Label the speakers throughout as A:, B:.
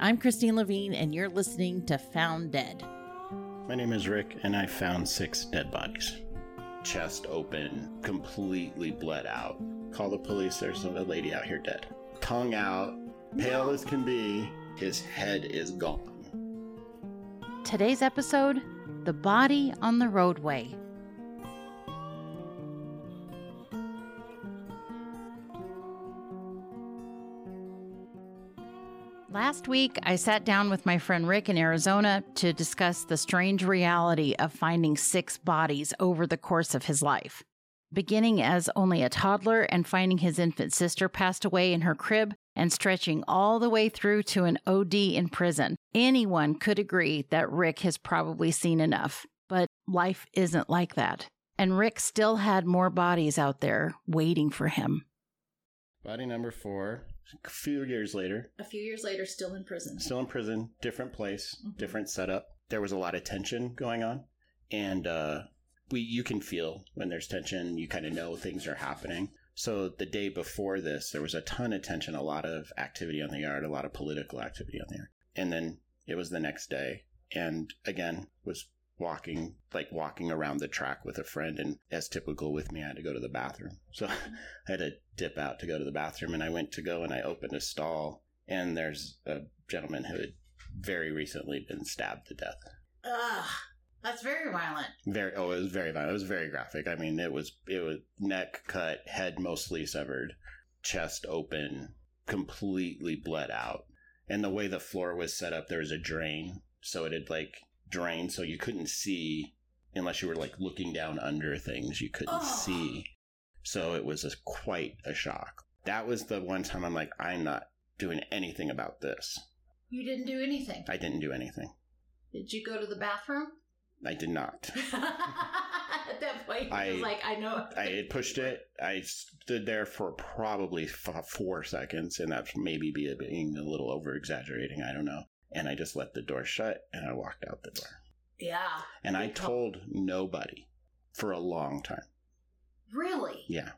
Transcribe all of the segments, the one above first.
A: I'm Christine Levine, and you're listening to Found Dead.
B: My name is Rick, and I found six dead bodies. Chest open, completely bled out. Call the police, there's a lady out here dead. Tongue out, pale as can be, his head is gone.
A: Today's episode The Body on the Roadway. Last week, I sat down with my friend Rick in Arizona to discuss the strange reality of finding six bodies over the course of his life. Beginning as only a toddler and finding his infant sister passed away in her crib and stretching all the way through to an OD in prison, anyone could agree that Rick has probably seen enough. But life isn't like that. And Rick still had more bodies out there waiting for him.
B: Body number four, a few years later,
C: a few years later still in prison.
B: still in prison, different place, different setup. There was a lot of tension going on, and uh, we you can feel when there's tension. You kind of know things are happening. So the day before this, there was a ton of tension, a lot of activity on the yard, a lot of political activity on the yard, and then it was the next day, and again was walking like walking around the track with a friend and as typical with me i had to go to the bathroom so i had to dip out to go to the bathroom and i went to go and i opened a stall and there's a gentleman who had very recently been stabbed to death.
C: Ugh, that's very violent.
B: Very oh, it was very violent. It was very graphic. I mean, it was it was neck cut, head mostly severed, chest open, completely bled out. And the way the floor was set up, there was a drain, so it had like drained, so you couldn't see unless you were like looking down under things. You couldn't
C: Oh.
B: see, so it was a, quite a shock. That was the one time I'm like, I'm not doing anything about this.
C: You didn't do anything.
B: I didn't do anything.
C: Did you go to the bathroom?
B: I did not.
C: At that point, I
B: I-
C: was like, I know.
B: I had pushed it. I stood there for probably f- four seconds, and that's maybe be being a little over exaggerating. I don't know. And I just let the door shut and I walked out the door.
C: yeah.
B: And I
C: You to-
B: told nobody for a long time.
C: Really?
B: Yeah.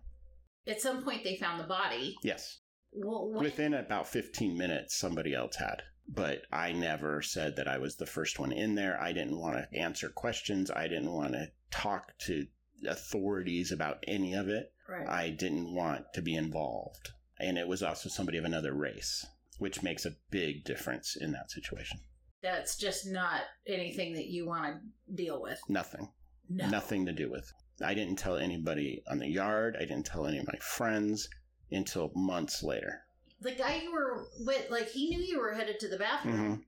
C: At some point, they found the body.
B: Yes.
C: Well, what-
B: Within about 15 minutes, somebody else had. But I never said that I was the first one in there. I didn't want to answer questions. I didn't want to talk to authorities about any of it.
C: right.
B: I didn't want to be involved. And it was also somebody of another race, which makes a big difference in that situation.
C: That's just not anything that you want to deal with.
B: Nothing.
C: No.
B: Nothing to do with. I didn't tell anybody on the yard. I didn't tell any of my friends until months later.
C: The guy you were with, like, he knew you were headed to the bathroom.
B: hmm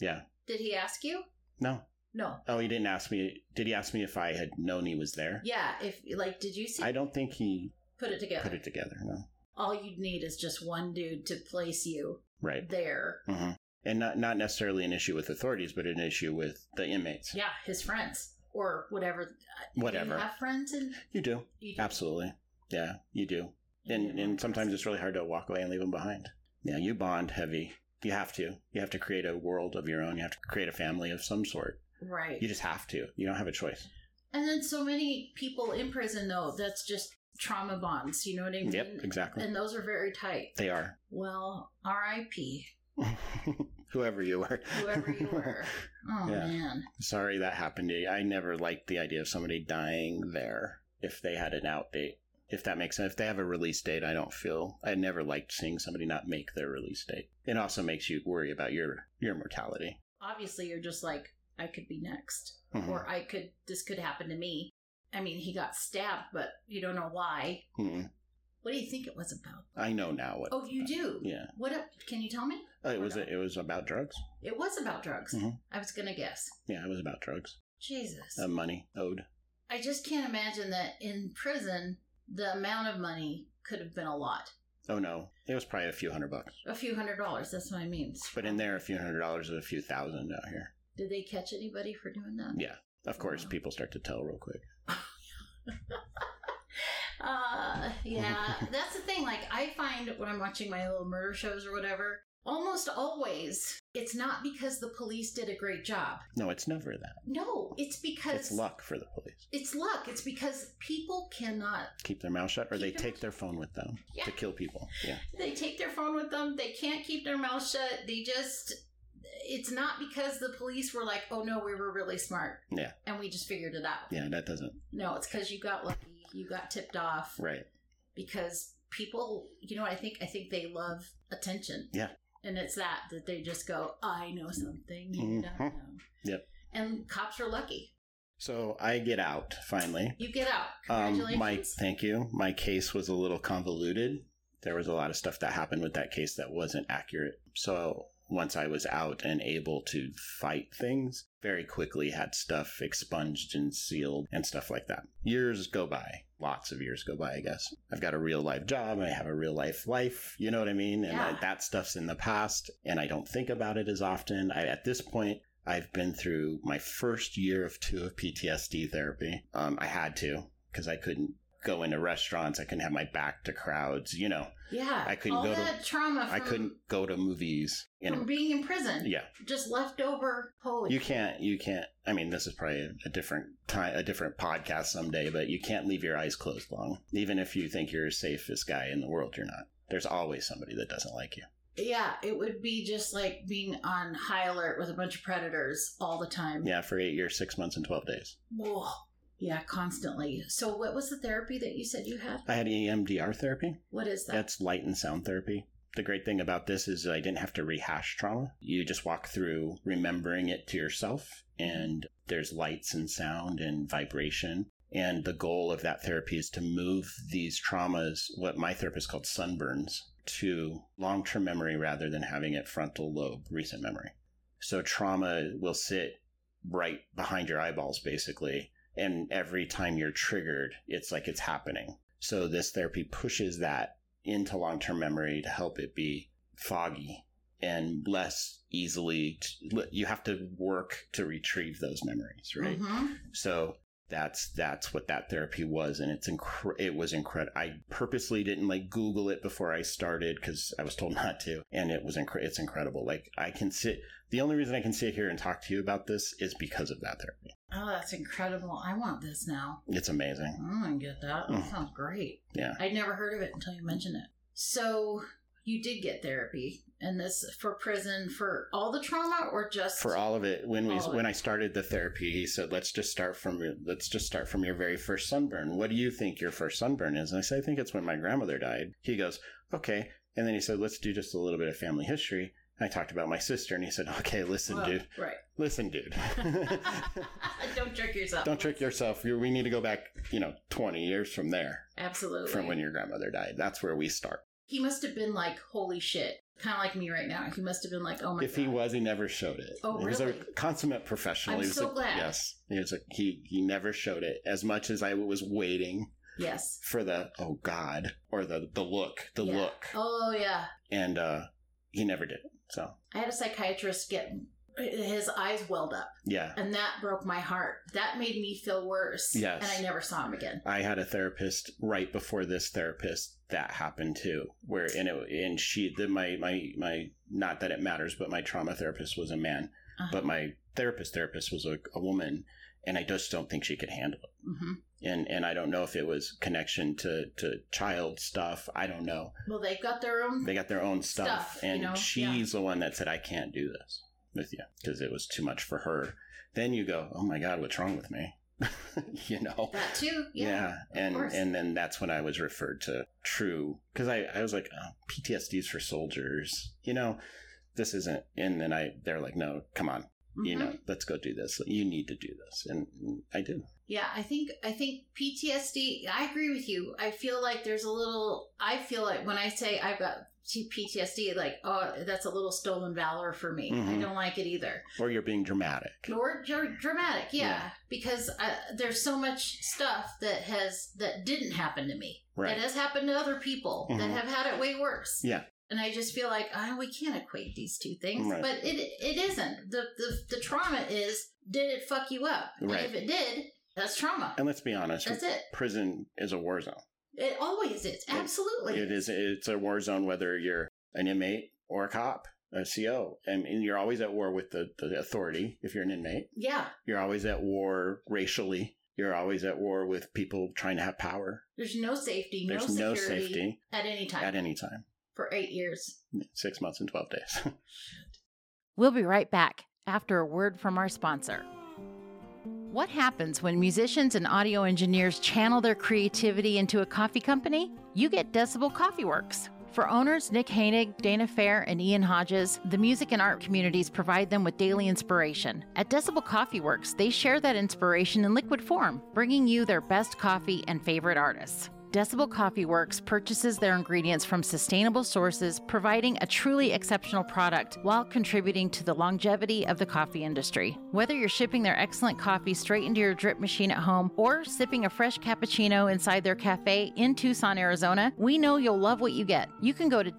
B: Yeah.
C: Did he ask you?
B: No.
C: No.
B: Oh, he didn't ask me. Did he ask me if I had known he was there?
C: Yeah. If like, did you see?
B: I don't think he
C: put it together.
B: put it together. No.
C: All you'd need is just one dude to place you
B: Right.
C: there.
B: hmm And not, not necessarily an issue with authorities, but an issue with the inmates.
C: Yeah, his friends or whatever. Do
B: Whatever.
C: you have friends and
B: you do.
C: you
B: Absolutely. Yeah, you do. And and sometimes it's really hard to walk away and leave them behind. Yeah, you bond heavy. You have to. You have to create a world of your own. You have to create a family of some sort.
C: right.
B: You just have to. You don't have a choice.
C: and then so many people in prison though. That's just trauma bonds. You know what I mean?
B: Yep, exactly.
C: And those are very tight.
B: They are.
C: Well, R.I.P.
B: Whoever you were.
C: Whoever you were. Oh
B: Yeah.
C: man.
B: Sorry that happened to you. I never liked the idea of somebody dying there if they had an out date. If that makes sense. If they have a release date, I don't feel I never liked seeing somebody not make their release date. It also makes you worry about your your mortality.
C: Obviously, you're just like I could be next,
B: Mhm.
C: or I could. This could happen to me. I mean, he got stabbed, but you don't know why.
B: Mm.
C: What do you think it was about?
B: I know now what.
C: Oh, you do.
B: Yeah,
C: What? Up, can you tell me?
B: Uh, it was
C: Okay.
B: it was about drugs.
C: It was about drugs.
B: Mhm.
C: I was gonna guess.
B: Yeah, it was about drugs.
C: Jesus.
B: Uh, money owed.
C: I just can't imagine that in prison the amount of money could have been a lot.
B: Oh no, it was probably a few hundred bucks.
C: A few hundred dollars, that's what I mean.
B: But in there, a few hundred dollars is a few thousand out here.
C: Did they catch anybody for doing that?
B: Yeah, of course,
C: Wow.
B: people start to tell real quick.
C: Uh yeah. that's the thing. Like I find when I'm watching my little murder shows or whatever, almost always it's not because the police did a great job.
B: No, it's never that.
C: No, it's because
B: It's luck for the police.
C: It's luck. It's because people cannot
B: Keep their mouth shut, or
C: Keep
B: they
C: their
B: take their phone with them
C: Yeah.
B: to kill people. Yeah,
C: they take their phone with them. They can't keep their mouth shut. They just it's not because the police were like, oh no, we were really smart.
B: Yeah.
C: And we just figured it out.
B: Yeah, that doesn't.
C: No, it's because you got lucky. You got tipped off
B: Right.
C: because people, you know what I think? I think they love attention.
B: Yeah.
C: And it's that, that they just go, I know something you don't
B: Mhm.
C: know.
B: Yep.
C: And cops are lucky.
B: So I get out finally.
C: You get out.
B: Um,
C: Congratulations.
B: my thank you. My case was a little convoluted. There was a lot of stuff that happened with that case that wasn't accurate. So once I was out and able to fight things, very quickly had stuff expunged and sealed and stuff like that. Years go by. Lots of years go by, I guess. I've got a real life job. I have a real life life. You know what I mean? And
C: Yeah.
B: I, that stuff's in the past. And I don't think about it as often. I, at this point, I've been through my first year of two of PTSD therapy. Um, I had to because I couldn't go into restaurants. I couldn't have my back to crowds. You know,
C: yeah.
B: I couldn't
C: all
B: go to-
C: that trauma from,
B: I couldn't go to movies. You
C: from
B: know,
C: being in prison.
B: yeah,
C: Just left over poetry.
B: you can't. You can't. I mean, this is probably a, a different time, a different podcast someday. But you can't leave your eyes closed long, even if you think you're the safest guy in the world. You're not. There's always somebody that doesn't like you.
C: Yeah, it would be just like being on high alert with a bunch of predators all the time.
B: Yeah, for eight years, six months, and twelve days,
C: Whoa. Yeah, constantly. So, what was the therapy that you said you had?
B: I had E EMDR therapy.
C: What is that?
B: That's light and sound therapy. The great thing about this is I didn't have to rehash trauma. You just walk through remembering it to yourself, and there's lights and sound and vibration. And the goal of that therapy is to move these traumas, what my therapist called sunburns, to long term memory rather than having it frontal lobe recent memory. So trauma will sit right behind your eyeballs, basically. And every time you're triggered, it's like it's happening. So this therapy pushes that into long term memory to help it be foggy and less easily. T- you have to work to retrieve those memories, right?
C: hmm
B: So that's that's what that therapy was, and it's incre- it was incredible. I purposely didn't like Google it before I started because I was told not to, and it was incre- it's incredible. Like I can sit. The only reason I can sit here and talk to you about this is because of that therapy.
C: Oh, that's incredible. I want this now.
B: It's amazing.
C: I'm going to Oh, get that. That
B: Mm.
C: sounds great.
B: Yeah.
C: I'd never heard of it until you mentioned it. So, you did get therapy, and this for prison for all the trauma or just
B: For all of it, when we
C: All of it.
B: when I started the therapy, he said, "Let's just start from your- let's just start from your very first sunburn. What do you think your first sunburn is?" And I said, "I think it's when my grandmother died." He goes, "Okay," and then he said, "Let's do just a little bit of family history." And I talked about my sister, and he said, "Okay, listen,
C: Well,
B: dude,
C: Right.
B: listen, dude,
C: Don't trick yourself.
B: don't trick yourself. You're, we need to go back, you know, twenty years from there,
C: Absolutely.
B: from when your grandmother died. That's where we start.
C: He must have been like, holy shit. Kind of like me right now. He must have been like, oh my
B: if
C: God.
B: he was, he never showed it.
C: Oh,
B: he was a
C: really?
B: consummate professional.
C: I'm
B: he was
C: so
B: a-
C: glad.
B: Yes, he was a, he he never showed it as much as I was waiting
C: Yes.
B: for the oh god or the the look the
C: Yeah.
B: look
C: Oh, yeah.
B: and uh he never did it. So
C: I had a psychiatrist get his eyes welled up,
B: yeah,
C: and that broke my heart. That made me feel worse.
B: Yes.
C: And I never saw him again.
B: I had a therapist right before this therapist that happened too, where and it and she the my my my not that it matters, but my trauma therapist was a man,
C: Uh-huh.
B: but my therapist therapist was a, a woman, and I just don't think she could handle. it.
C: hmm
B: and and I don't know if it was connection to to child stuff. I don't know.
C: Well, they've got their own.
B: They got their own stuff,
C: Stuff, you
B: and
C: know?
B: she's the one that said I can't do this with you because it was too much for her. Then you go, oh my god, what's wrong with me? you know.
C: that too. Yeah.
B: Yeah, and
C: course.
B: and then that's when I was referred to true because I I was like oh, PTSD's for soldiers, you know, this isn't. And then I they're like, no, come on, you
C: Mhm.
B: know, let's go do this. You need to do this, and I do.
C: Yeah, I think I think PTSD. I agree with you. I feel like there's a little. I feel like when I say I've got P- PTSD, like oh, that's a little stolen valor for me. I
B: Mhm.
C: don't like it either.
B: Or you're being dramatic.
C: Or dr- dramatic, yeah,
B: Yeah.
C: because uh, there's so much stuff that has that didn't happen to me
B: Right.
C: that has happened to other people that
B: Mhm.
C: have had it way worse.
B: Yeah.
C: And I just feel like oh, we can't equate these two things,
B: Right.
C: but it it isn't. The, the the trauma is did it fuck you up? And
B: Right.
C: if it did, that's trauma.
B: And let's be honest,
C: That's it.
B: prison is a war zone.
C: It always is. Absolutely.
B: It is it's a war zone whether you're an inmate or a cop, a CO. I mean, you're always at war with the, the authority if you're an inmate.
C: Yeah.
B: You're always at war racially. You're always at war with people trying to have power.
C: There's no safety, no
B: There's
C: security
B: no safety
C: at any time
B: at any time.
C: for eight years.
B: Six months and twelve days.
A: We'll be right back after a word from our sponsor. What happens when musicians and audio engineers channel their creativity into a coffee company? You get Decibel Coffee Works. For owners Nick Hainig, Dana Fair, and Ian Hodges, the music and art communities provide them with daily inspiration. At Decibel Coffee Works, they share that inspiration in liquid form, bringing you their best coffee and favorite artists. Decibel Coffee Works purchases their ingredients from sustainable sources, providing a truly exceptional product while contributing to the longevity of the coffee industry. Whether you're shipping their excellent coffee straight into your drip machine at home or sipping a fresh cappuccino inside their cafe in Tucson, Arizona, we know you'll love what you get. You can go to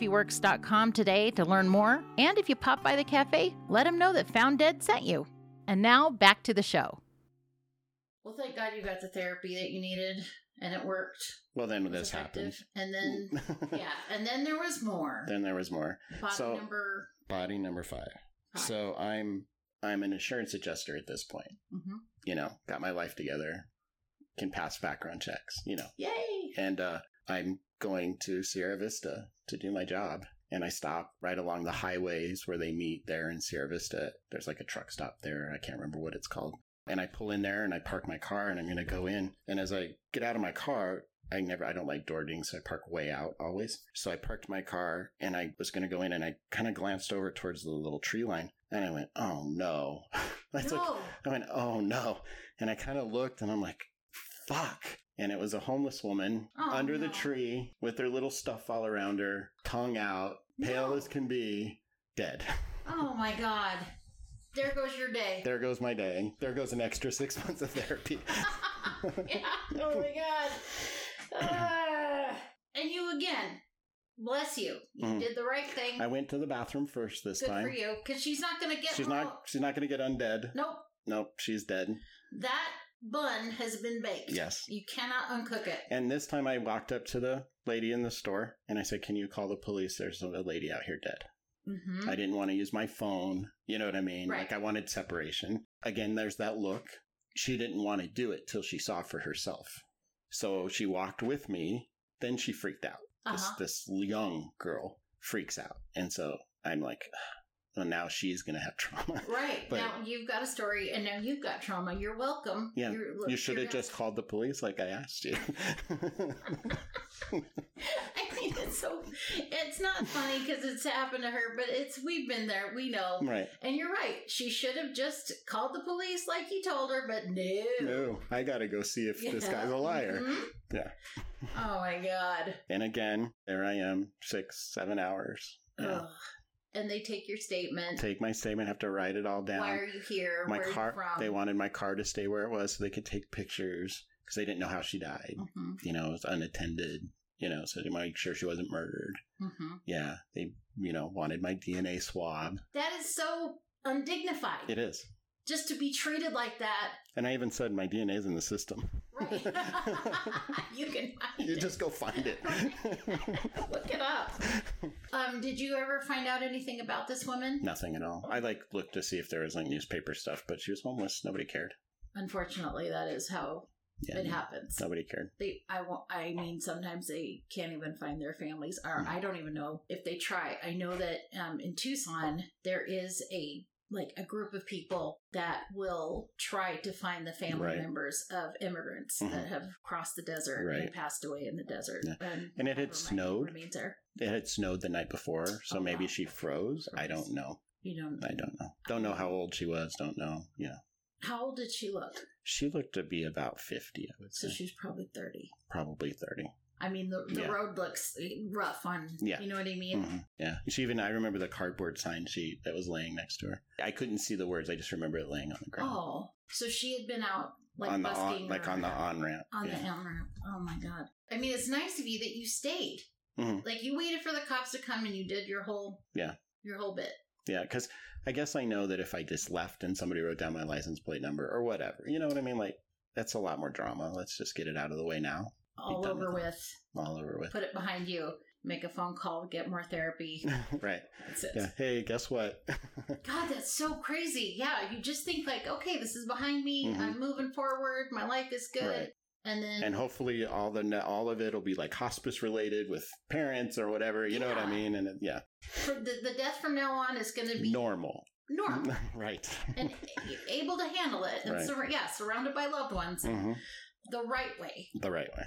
A: decibelcoffeeworks.com today to learn more, and if you pop by the cafe, let them know that Found Dead sent you. And now back to the show.
C: Well, thank God you got the therapy that you needed and it worked.
B: Well, then
C: It was
B: this happened.
C: effective. And then, yeah, and then there was more.
B: then there was more.
C: Body
B: so-
C: number.
B: Body number five.
C: Five.
B: So I'm I'm an insurance adjuster at this point.
C: hmm
B: You know, got my life together, can pass background checks. You know,
C: Yay!
B: and uh, I'm going to Sierra Vista to do my job. And I stop right along the highways where they meet there in Sierra Vista. There's like a truck stop there. I can't remember what it's called. And I pull in there and I park my car and I'm going to go in. And as I get out of my car, I never, I don't like dorking, so I park way out always. So I parked my car and I was going to go in and I kind of glanced over towards the little tree line and I went, oh no. That's
C: no,
B: like, I went, oh no. And I kind of looked and I'm like, fuck. And it was a homeless woman
C: Oh,
B: under the
C: no.
B: tree with her little stuff all around her, tongue out, pale
C: No.
B: as can be, dead.
C: oh my God! There goes your day.
B: There goes my day. There goes an extra six months of therapy.
C: yeah. Oh my God. Ah. and you again. Bless you. You
B: Mm.
C: did the right thing.
B: I went to the bathroom first this
C: Good
B: time.
C: for you. Because she's not gonna get.
B: She's not she's not gonna get undead.
C: Nope.
B: Nope, she's dead.
C: That bun has been baked.
B: Yes.
C: You cannot uncook it.
B: And this time I walked up to the lady in the store and I said, Can you call the police? There's a lady out here dead.
C: Mm-hmm.
B: I didn't want to use my phone. You know what I mean?
C: Right.
B: Like I wanted separation. Again, there's that look. She didn't want to do it till she saw for herself. So she walked with me. Then she freaked out.
C: Uh-huh.
B: This this young girl freaks out. And so I'm like, "Ugh, well, now she's gonna have trauma.
C: Right.
B: But-
C: now you've got a story and now you've got trauma. You're welcome.
B: Yeah,
C: You're- look,
B: You should
C: you're
B: have
C: not-
B: just called the police like I asked you.
C: I mean, it's so. It's not funny because it's happened to her, but it's. We've been there. We know.
B: right.
C: And you're right. She should have just called the police like you told her, but no.
B: No, I gotta go see if this
C: Yeah.
B: guy's a liar.
C: Mhm.
B: Yeah.
C: Oh my God.
B: And again, there I am, six, seven hours. Yeah.
C: Ugh. And they take your statement.
B: Take my statement, have to write it all down.
C: Why are you here?
B: my
C: Where are
B: car
C: you from?
B: they wanted my car to stay where it was so they could take pictures because they didn't know how she died
C: Mhm,
B: you know it was unattended you know so to make sure she wasn't murdered
C: mhm.
B: yeah they you know wanted my dna swab
C: That is so undignified.
B: it is
C: just to be treated like that.
B: and i even said my dna's in the system
C: Right. you can hide
B: you
C: it.
B: just go find it
C: look it up. Um, did you ever find out anything about this woman?
B: nothing at all i like looked to see if there was like newspaper stuff but she was homeless nobody cared
C: Unfortunately, that is how
B: yeah
C: it happens.
B: nobody cared
C: They, I won't, I mean, sometimes they can't even find their families, or
B: Mm.
C: I don't even know if they try. I know that um, in Tucson there is a like a group of people that will try to find the family
B: Right.
C: members of immigrants that
B: Mhm.
C: have crossed the desert and
B: Right.
C: passed away in the desert. Um,
B: Yeah.
C: And,
B: And it had
C: remain-
B: snowed.
C: Remains there.
B: it had snowed the night before so
C: Oh,
B: maybe
C: wow.
B: she froze i don't know
C: You know,
B: i don't know don't know how old she was don't know you know
C: how old did she look?
B: She looked to be about 50, I would
C: So
B: say.
C: she's probably 30.
B: Probably 30.
C: I mean, the, the
B: Yeah.
C: road looks eh, rough on,
B: Yeah.
C: you know what I mean?
B: Mhm. Yeah. She even, I remember the cardboard sign sheet that was laying next to her. I couldn't see the words. I just remember it laying on the ground.
C: Oh, so she had been out like
B: on the
C: busking.
B: on, like
C: or-
B: on the on ramp.
C: on
B: yeah.
C: the on ramp. Oh my God. I mean, it's nice of you that you stayed.
B: Mhm.
C: Like you waited for the cops to come and you did your whole
B: Yeah.
C: your whole bit.
B: Yeah. Because I guess I know that if I just left and somebody wrote down my license plate number or whatever, you know what I mean? Like, that's a lot more drama. Let's just get it out of the way now.
C: All
B: done
C: over
B: with
C: with.
B: All over with.
C: Put it behind you. Make a phone call. Get more therapy.
B: right.
C: That's it.
B: Yeah. Hey, guess what?
C: God, that's so crazy. Yeah, you just think like, okay, this is behind me.
B: Mhm.
C: I'm moving forward. My life is good.
B: Right.
C: And then
B: and hopefully all the all of it will be like hospice related with parents or whatever. You know what I
C: Yeah.
B: mean? And it- yeah,
C: for the, the death from now on is going to be
B: normal,
C: normal
B: right?
C: and able to handle it. And
B: Right.
C: sur- yeah, surrounded by loved ones
B: hmm
C: the right way.
B: The right way.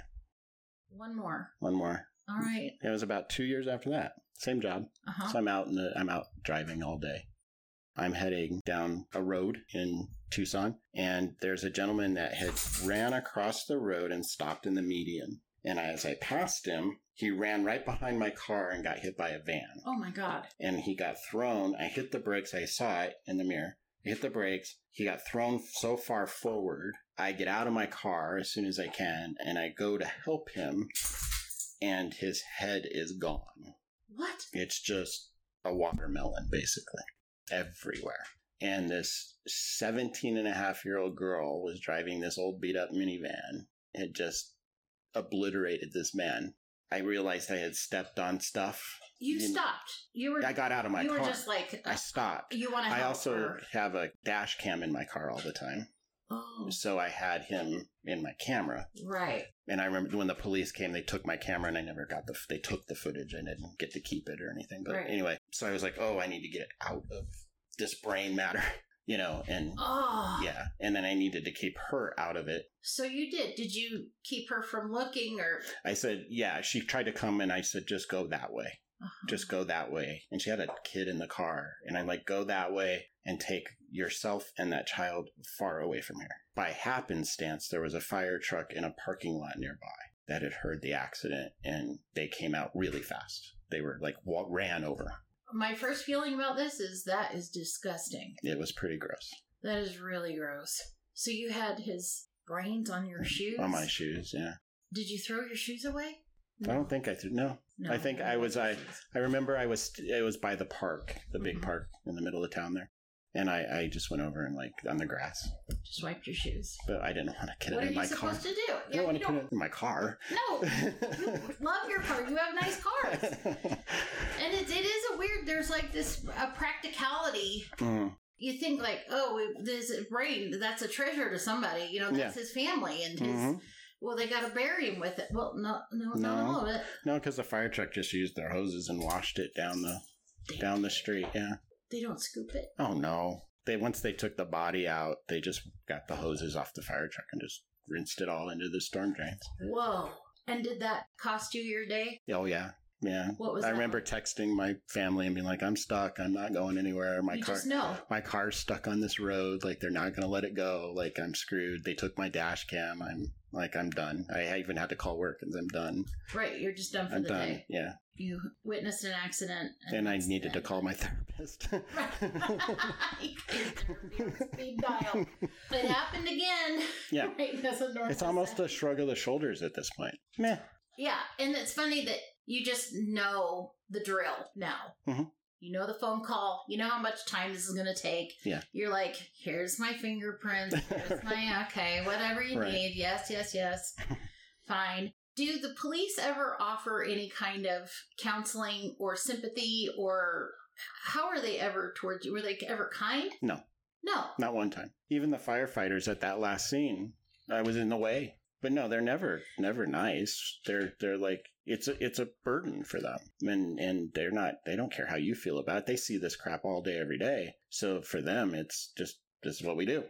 C: One more.
B: One more.
C: All right.
B: It was about two years after that. Same job.
C: Uh huh.
B: So I'm out and I'm out driving all day. I'm heading down a road in Tucson, and there's a gentleman that had ran across the road and stopped in the median. And as I passed him, he ran right behind my car and got hit by a van.
C: Oh my God.
B: And he got thrown. I hit the brakes. I saw it in the mirror. I hit the brakes. He got thrown so far forward. I get out of my car as soon as I can, and I go to help him, and his head is gone.
C: What?
B: It's just a watermelon, basically, everywhere. And this 17 and a half year old girl was driving this old beat up minivan. It just obliterated this man. I realized I had stepped on stuff.
C: You,
B: You-
C: stopped. You were.
B: I got out of my
C: you
B: car.
C: were just like. uh,
B: I stopped.
C: you want to help
B: I also
C: her.
B: have a dash cam in my car all the time.
C: Oh,
B: So I had him in my camera.
C: right.
B: And I remember when the police came, they took my camera, and I never got the. They took the footage. I didn't get to keep it or anything. But
C: Right.
B: anyway, so I was like, "Oh, I need to get it out of this brain matter," you know, and
C: Oh.
B: yeah, and then I needed to keep her out of it.
C: So you did. Did you keep her from looking or?
B: I said, "Yeah." She tried to come, and I said, "Just go that way.
C: Uh-huh.
B: Just go that way." And she had a kid in the car, and I'm like, "Go that way and take yourself and that child far away from here." By happenstance, there was a fire truck in a parking lot nearby. that had heard the accident and they came out really fast. They were like wa- ran over.
C: My first feeling about this is that is disgusting.
B: It was pretty gross
C: That is really gross. So you had his brains on your shoes.
B: on my shoes. Yeah,
C: Did you throw your shoes away?
B: I don't think I threw. No,
C: No.
B: I think I was- I- I remember I was it was by the park, the big
C: Mhm.
B: park in the middle of town there, and I I just went over and like on the grass,
C: just wiped your shoes.
B: but I didn't want to get
C: what are
B: it in
C: you
B: my car.
C: supposed to do?
B: I don't
C: you
B: want to put it in my car.
C: No, you
B: Mm-hmm.
C: love your car. You have nice cars, and it, it is a weird. There's like this a practicality.
B: Mm,
C: You think like, oh, it, this brain that's a treasure to somebody. You know, that's his family and his.
B: mhm.
C: Well, they got to bury him with it. Well, no, no, not
B: No.
C: all of it.
B: No, because the fire truck just used their hoses and washed it down the down the street. Yeah.
C: They don't scoop it.
B: Oh no. They once they took the body out, they just got the hoses off the fire truck and just rinsed it all into the storm drains.
C: Whoa! And did that cost you your day?
B: Oh yeah. Yeah.
C: What was?
B: I
C: that
B: remember
C: like?
B: texting my family and being like, I'm stuck, I'm not going anywhere. My
C: you
B: car
C: just know.
B: my car's stuck on this road, like they're not gonna let it go, like I'm screwed. They took my dash cam, I'm like I'm done. I even had to call work and I'm done.
C: Right, you're just done for
B: I'm
C: the
B: done.
C: day.
B: Yeah.
C: You witnessed an accident.
B: And I
C: that's
B: needed to
C: that.
B: call my therapist.
C: Speed dial. It happened again.
B: Yeah.
C: Right, that's what Norm
B: It's
C: said.
B: almost a shrug of the shoulders at this point. Meh.
C: Yeah, and it's funny that you just know the drill now.
B: Mhm.
C: You know the phone call. You know how much time this is going to take.
B: Yeah.
C: You're like, here's my fingerprints. Here's my okay, whatever you
B: Right.
C: need. Yes, yes, yes. Fine. Do the police ever offer any kind of counseling or sympathy or how are they ever towards you? Were they ever kind?
B: No.
C: No.
B: Not one time. Even the firefighters at that last scene, I was in the way. But no, they're never, never nice. They're, they're like it's a, it's a burden for them, and and they're not, they don't care how you feel about it. They see this crap all day, every day. So for them, it's just this is what we do.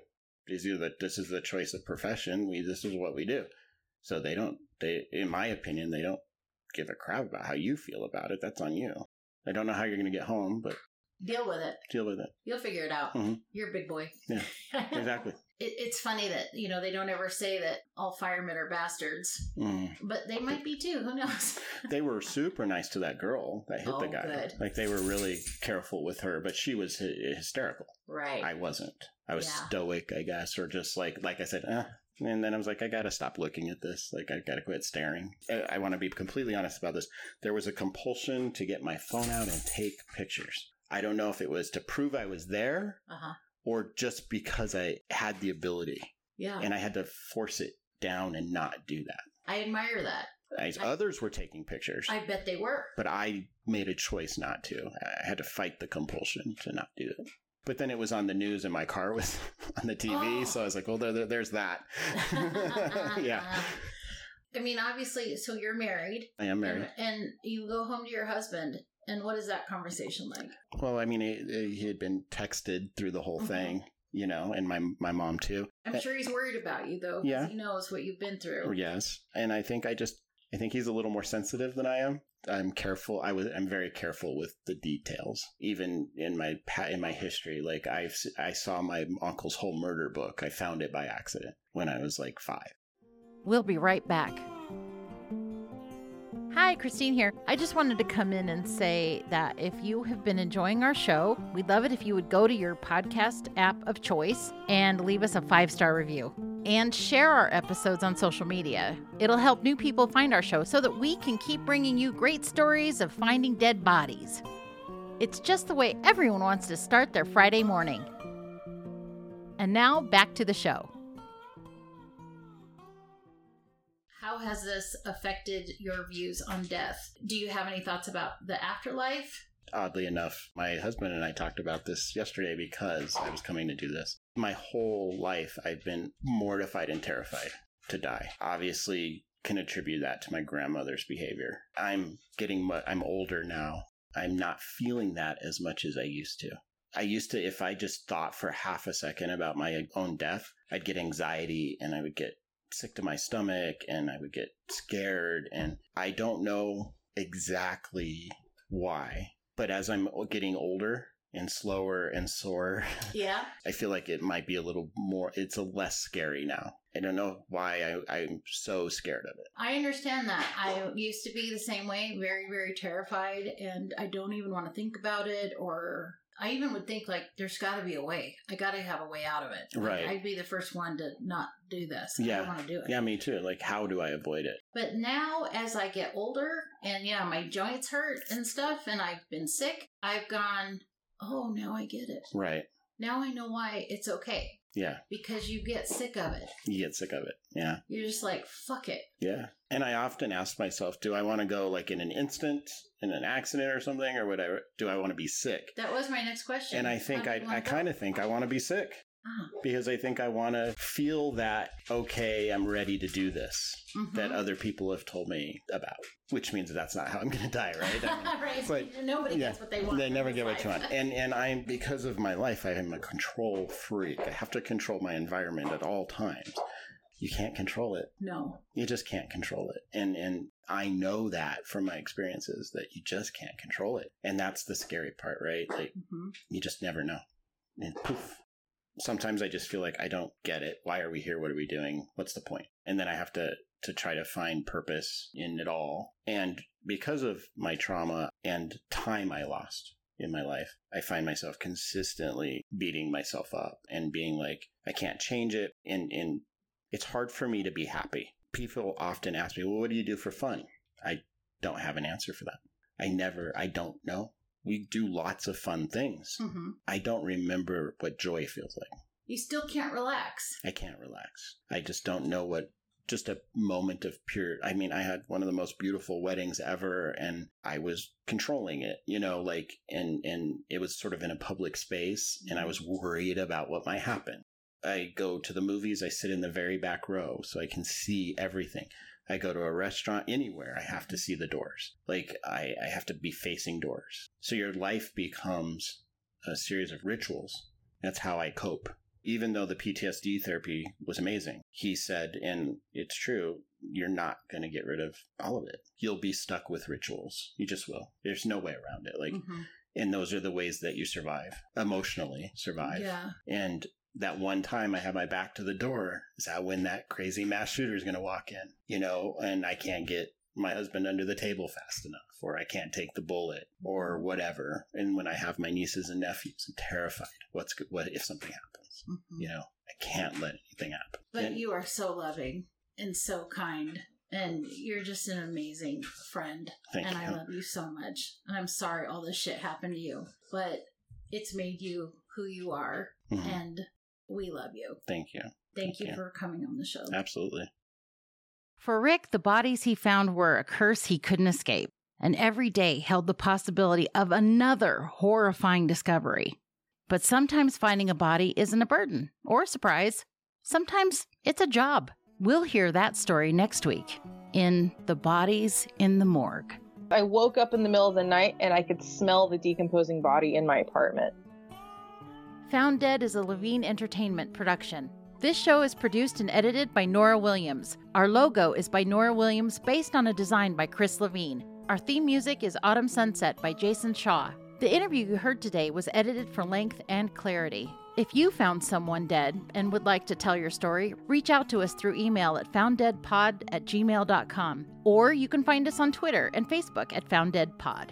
B: These are the, this is the choice of profession. We this is what we do. So they don't, they, in my opinion, they don't give a crap about how you feel about it. That's on you. I don't know how you're going to get home, but
C: Deal with it.
B: deal with it.
C: You'll figure it out.
B: Mhm.
C: You're a big boy.
B: Yeah, Exactly.
C: it, it's funny that you know they don't ever say that all firemen are bastards,
B: Mm.
C: but they might be too. Who knows?
B: they were super nice to that girl that hit the
C: Oh,
B: guy.
C: good.
B: Like they were really careful with her, but she was hy- hysterical.
C: right.
B: I wasn't. I was
C: Yeah.
B: stoic, I guess, or just like like I said. Eh. And then I was like, I gotta stop looking at this. Like I gotta quit staring. I, I want to be completely honest about this. There was a compulsion to get my phone out and take pictures. I don't know if it was to prove I was there
C: uh-huh.
B: or just because I had the ability
C: Yeah.
B: and I had to force it down and not do that.
C: I admire that.
B: As
C: I-
B: others were taking pictures
C: I bet they were.
B: but I made a choice not to. I had to fight the compulsion to not do it. But then it was on the news in my car with on the TV,
C: Oh.
B: so I was like, well, there, there- there's that. yeah,
C: I mean, obviously, so you're married,
B: I am married.
C: And, and you go home to your husband, and what is that conversation like?
B: Well, I mean, he, he had been texted through the whole
C: Mhm.
B: thing, you know, and my my mom too.
C: I'm sure he's worried about you though. 'cause
B: Yeah.
C: he knows what you've been through.
B: Yes, and I think I just I think he's a little more sensitive than I am. I'm careful. I was I'm very careful with the details, even in my pa- in my history. Like I've s- I saw my uncle's whole murder book. I found it by accident when I was like five.
A: We'll be right back. Hi, Christine here. I just wanted to come in and say that if you have been enjoying our show, we'd love it if you would go to your podcast app of choice and leave us a five star review and share our episodes on social media. It'll help new people find our show so that we can keep bringing you great stories of finding dead bodies. It's just the way everyone wants to start their Friday morning. And now back to the show.
C: How has this affected your views on death? Do you have any thoughts about the afterlife?
B: Oddly enough, my husband and I talked about this yesterday because I was coming to do this. My whole life, I've been mortified and terrified to die. Obviously, can attribute that to my grandmother's behavior. I'm getting, mu- I'm older now. I'm not feeling that as much as I used to. I used to, if I just thought for half a second about my own death, I'd get anxiety and I would get sick to my stomach and I would get scared. And I don't know exactly why, but as I'm getting older and slower and sore,
C: Yeah.
B: I feel like it might be a little more, it's a less scary now. I don't know why I, I'm so scared of it.
C: I understand that. I used to be the same way, very, very terrified, and I don't even want to think about it. Or I even would think, like, there's got to be a way. I got to have a way out of it. Like,
B: Right.
C: I'd be the first one to not do this. I
B: Yeah.
C: don't want to do it.
B: Yeah, me too. Like, how do I avoid it?
C: But now, as I get older, and yeah, my joints hurt and stuff, and I've been sick, I've gone, oh, now I get it.
B: Right.
C: Now I know why it's okay
B: Yeah.
C: because you get sick of it.
B: You get sick of it. Yeah.
C: You're just like, fuck it.
B: Yeah. And I often ask myself, do I want to go like in an instant, in an accident or something, or whatever? Do I want to be sick?
C: That was my next question.
B: And I think I, I kind of think I want to be sick because I think I want to feel that, okay, I'm ready to do this that other people have told me about, which means that's not how I'm going to die, right? I mean,
C: right.
B: but-
C: Nobody
B: yeah,
C: gets what they want.
B: They never
C: in
B: get
C: this
B: what you
C: life.
B: want. And and I'm because of my life, I am a control freak. I have to control my environment at all times. You can't control it.
C: No.
B: You just can't control it. And and I know that from my experiences that you just can't control it. And that's the scary part, right? Like
C: hmm
B: you just never know. And poof. Sometimes I just feel like I don't get it. Why are we here? What are we doing? What's the point? And then I have to to try to find purpose in it all. And because of my trauma and time I lost in my life, I find myself consistently beating myself up and being like, I can't change it. And and it's hard for me to be happy. People often ask me, Well, what do you do for fun? I don't have an answer for that. I never I don't know. We do lots of fun things.
C: hmm
B: I don't remember what joy feels like.
C: You still can't relax.
B: I can't relax. I just don't know what just a moment of pure I mean I had one of the most beautiful weddings ever and I was controlling it, you know, like and and it was sort of in a public space and I was worried about what might happen. I go to the movies, I sit in the very back row so I can see everything. I go to a restaurant anywhere, I have to see the doors. Like I, I have to be facing doors. So your life becomes a series of rituals. That's how I cope even though the PTSD therapy was amazing, he said, and it's true, you're not going to get rid of all of it. You'll be stuck with rituals. You just will. There's no way around it. Like,
C: Mhm.
B: and those are the ways that you survive, emotionally survive.
C: Yeah.
B: And that one time I have my back to the door is that when that crazy mass shooter is going to walk in, you know, and I can't get my husband under the table fast enough, or I can't take the bullet, or whatever. And when I have my nieces and nephews, I'm terrified. What's go- what if something happens?
C: Mhm.
B: you know i can't let anything happen
C: But
B: And-
C: you are so loving and so kind, and you're just an amazing friend.
B: thank
C: and
B: you.
C: I love you so much. And I'm sorry all this shit happened to you, but it's made you who you are,
B: Mhm.
C: and we love you.
B: thank you
C: Thank you
B: Yeah.
C: for coming on the show.
B: absolutely
A: For Rick, the bodies he found were a curse he couldn't escape, and every day held the possibility of another horrifying discovery.
C: But sometimes finding a body isn't a burden or a surprise. Sometimes it's a job. We'll hear that story next week in The Bodies in the Morgue.
D: I woke up in the middle of the night and I could smell the decomposing body in my apartment.
C: Found Dead is a Levine Entertainment production. This show is produced and edited by Nora Williams. Our logo is by Nora Williams, based on a design by Chris Levine. Our theme music is Autumn Sunset by Jason Shaw. The interview you heard today was edited for length and clarity. If you found someone dead and would like to tell your story, reach out to us through email at founddeadpod at gmail.com, or you can find us on Twitter and Facebook at founddeadpod.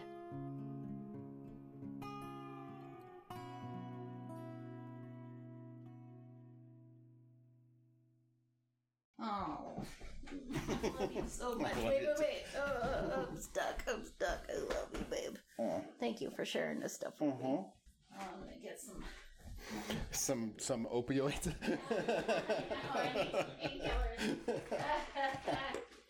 B: Oh. I love you so
E: I
B: much.
E: love
B: Wait,
E: you
B: wait,
E: too.
B: wait. Oh, I'm stuck. I'm stuck. I love you, babe.
E: Oh.
B: Thank you for sharing this stuff with me.
E: Mhm.
B: Oh, I'm gonna get some.
E: Some some opioids.
B: Oh, I need some painkillers.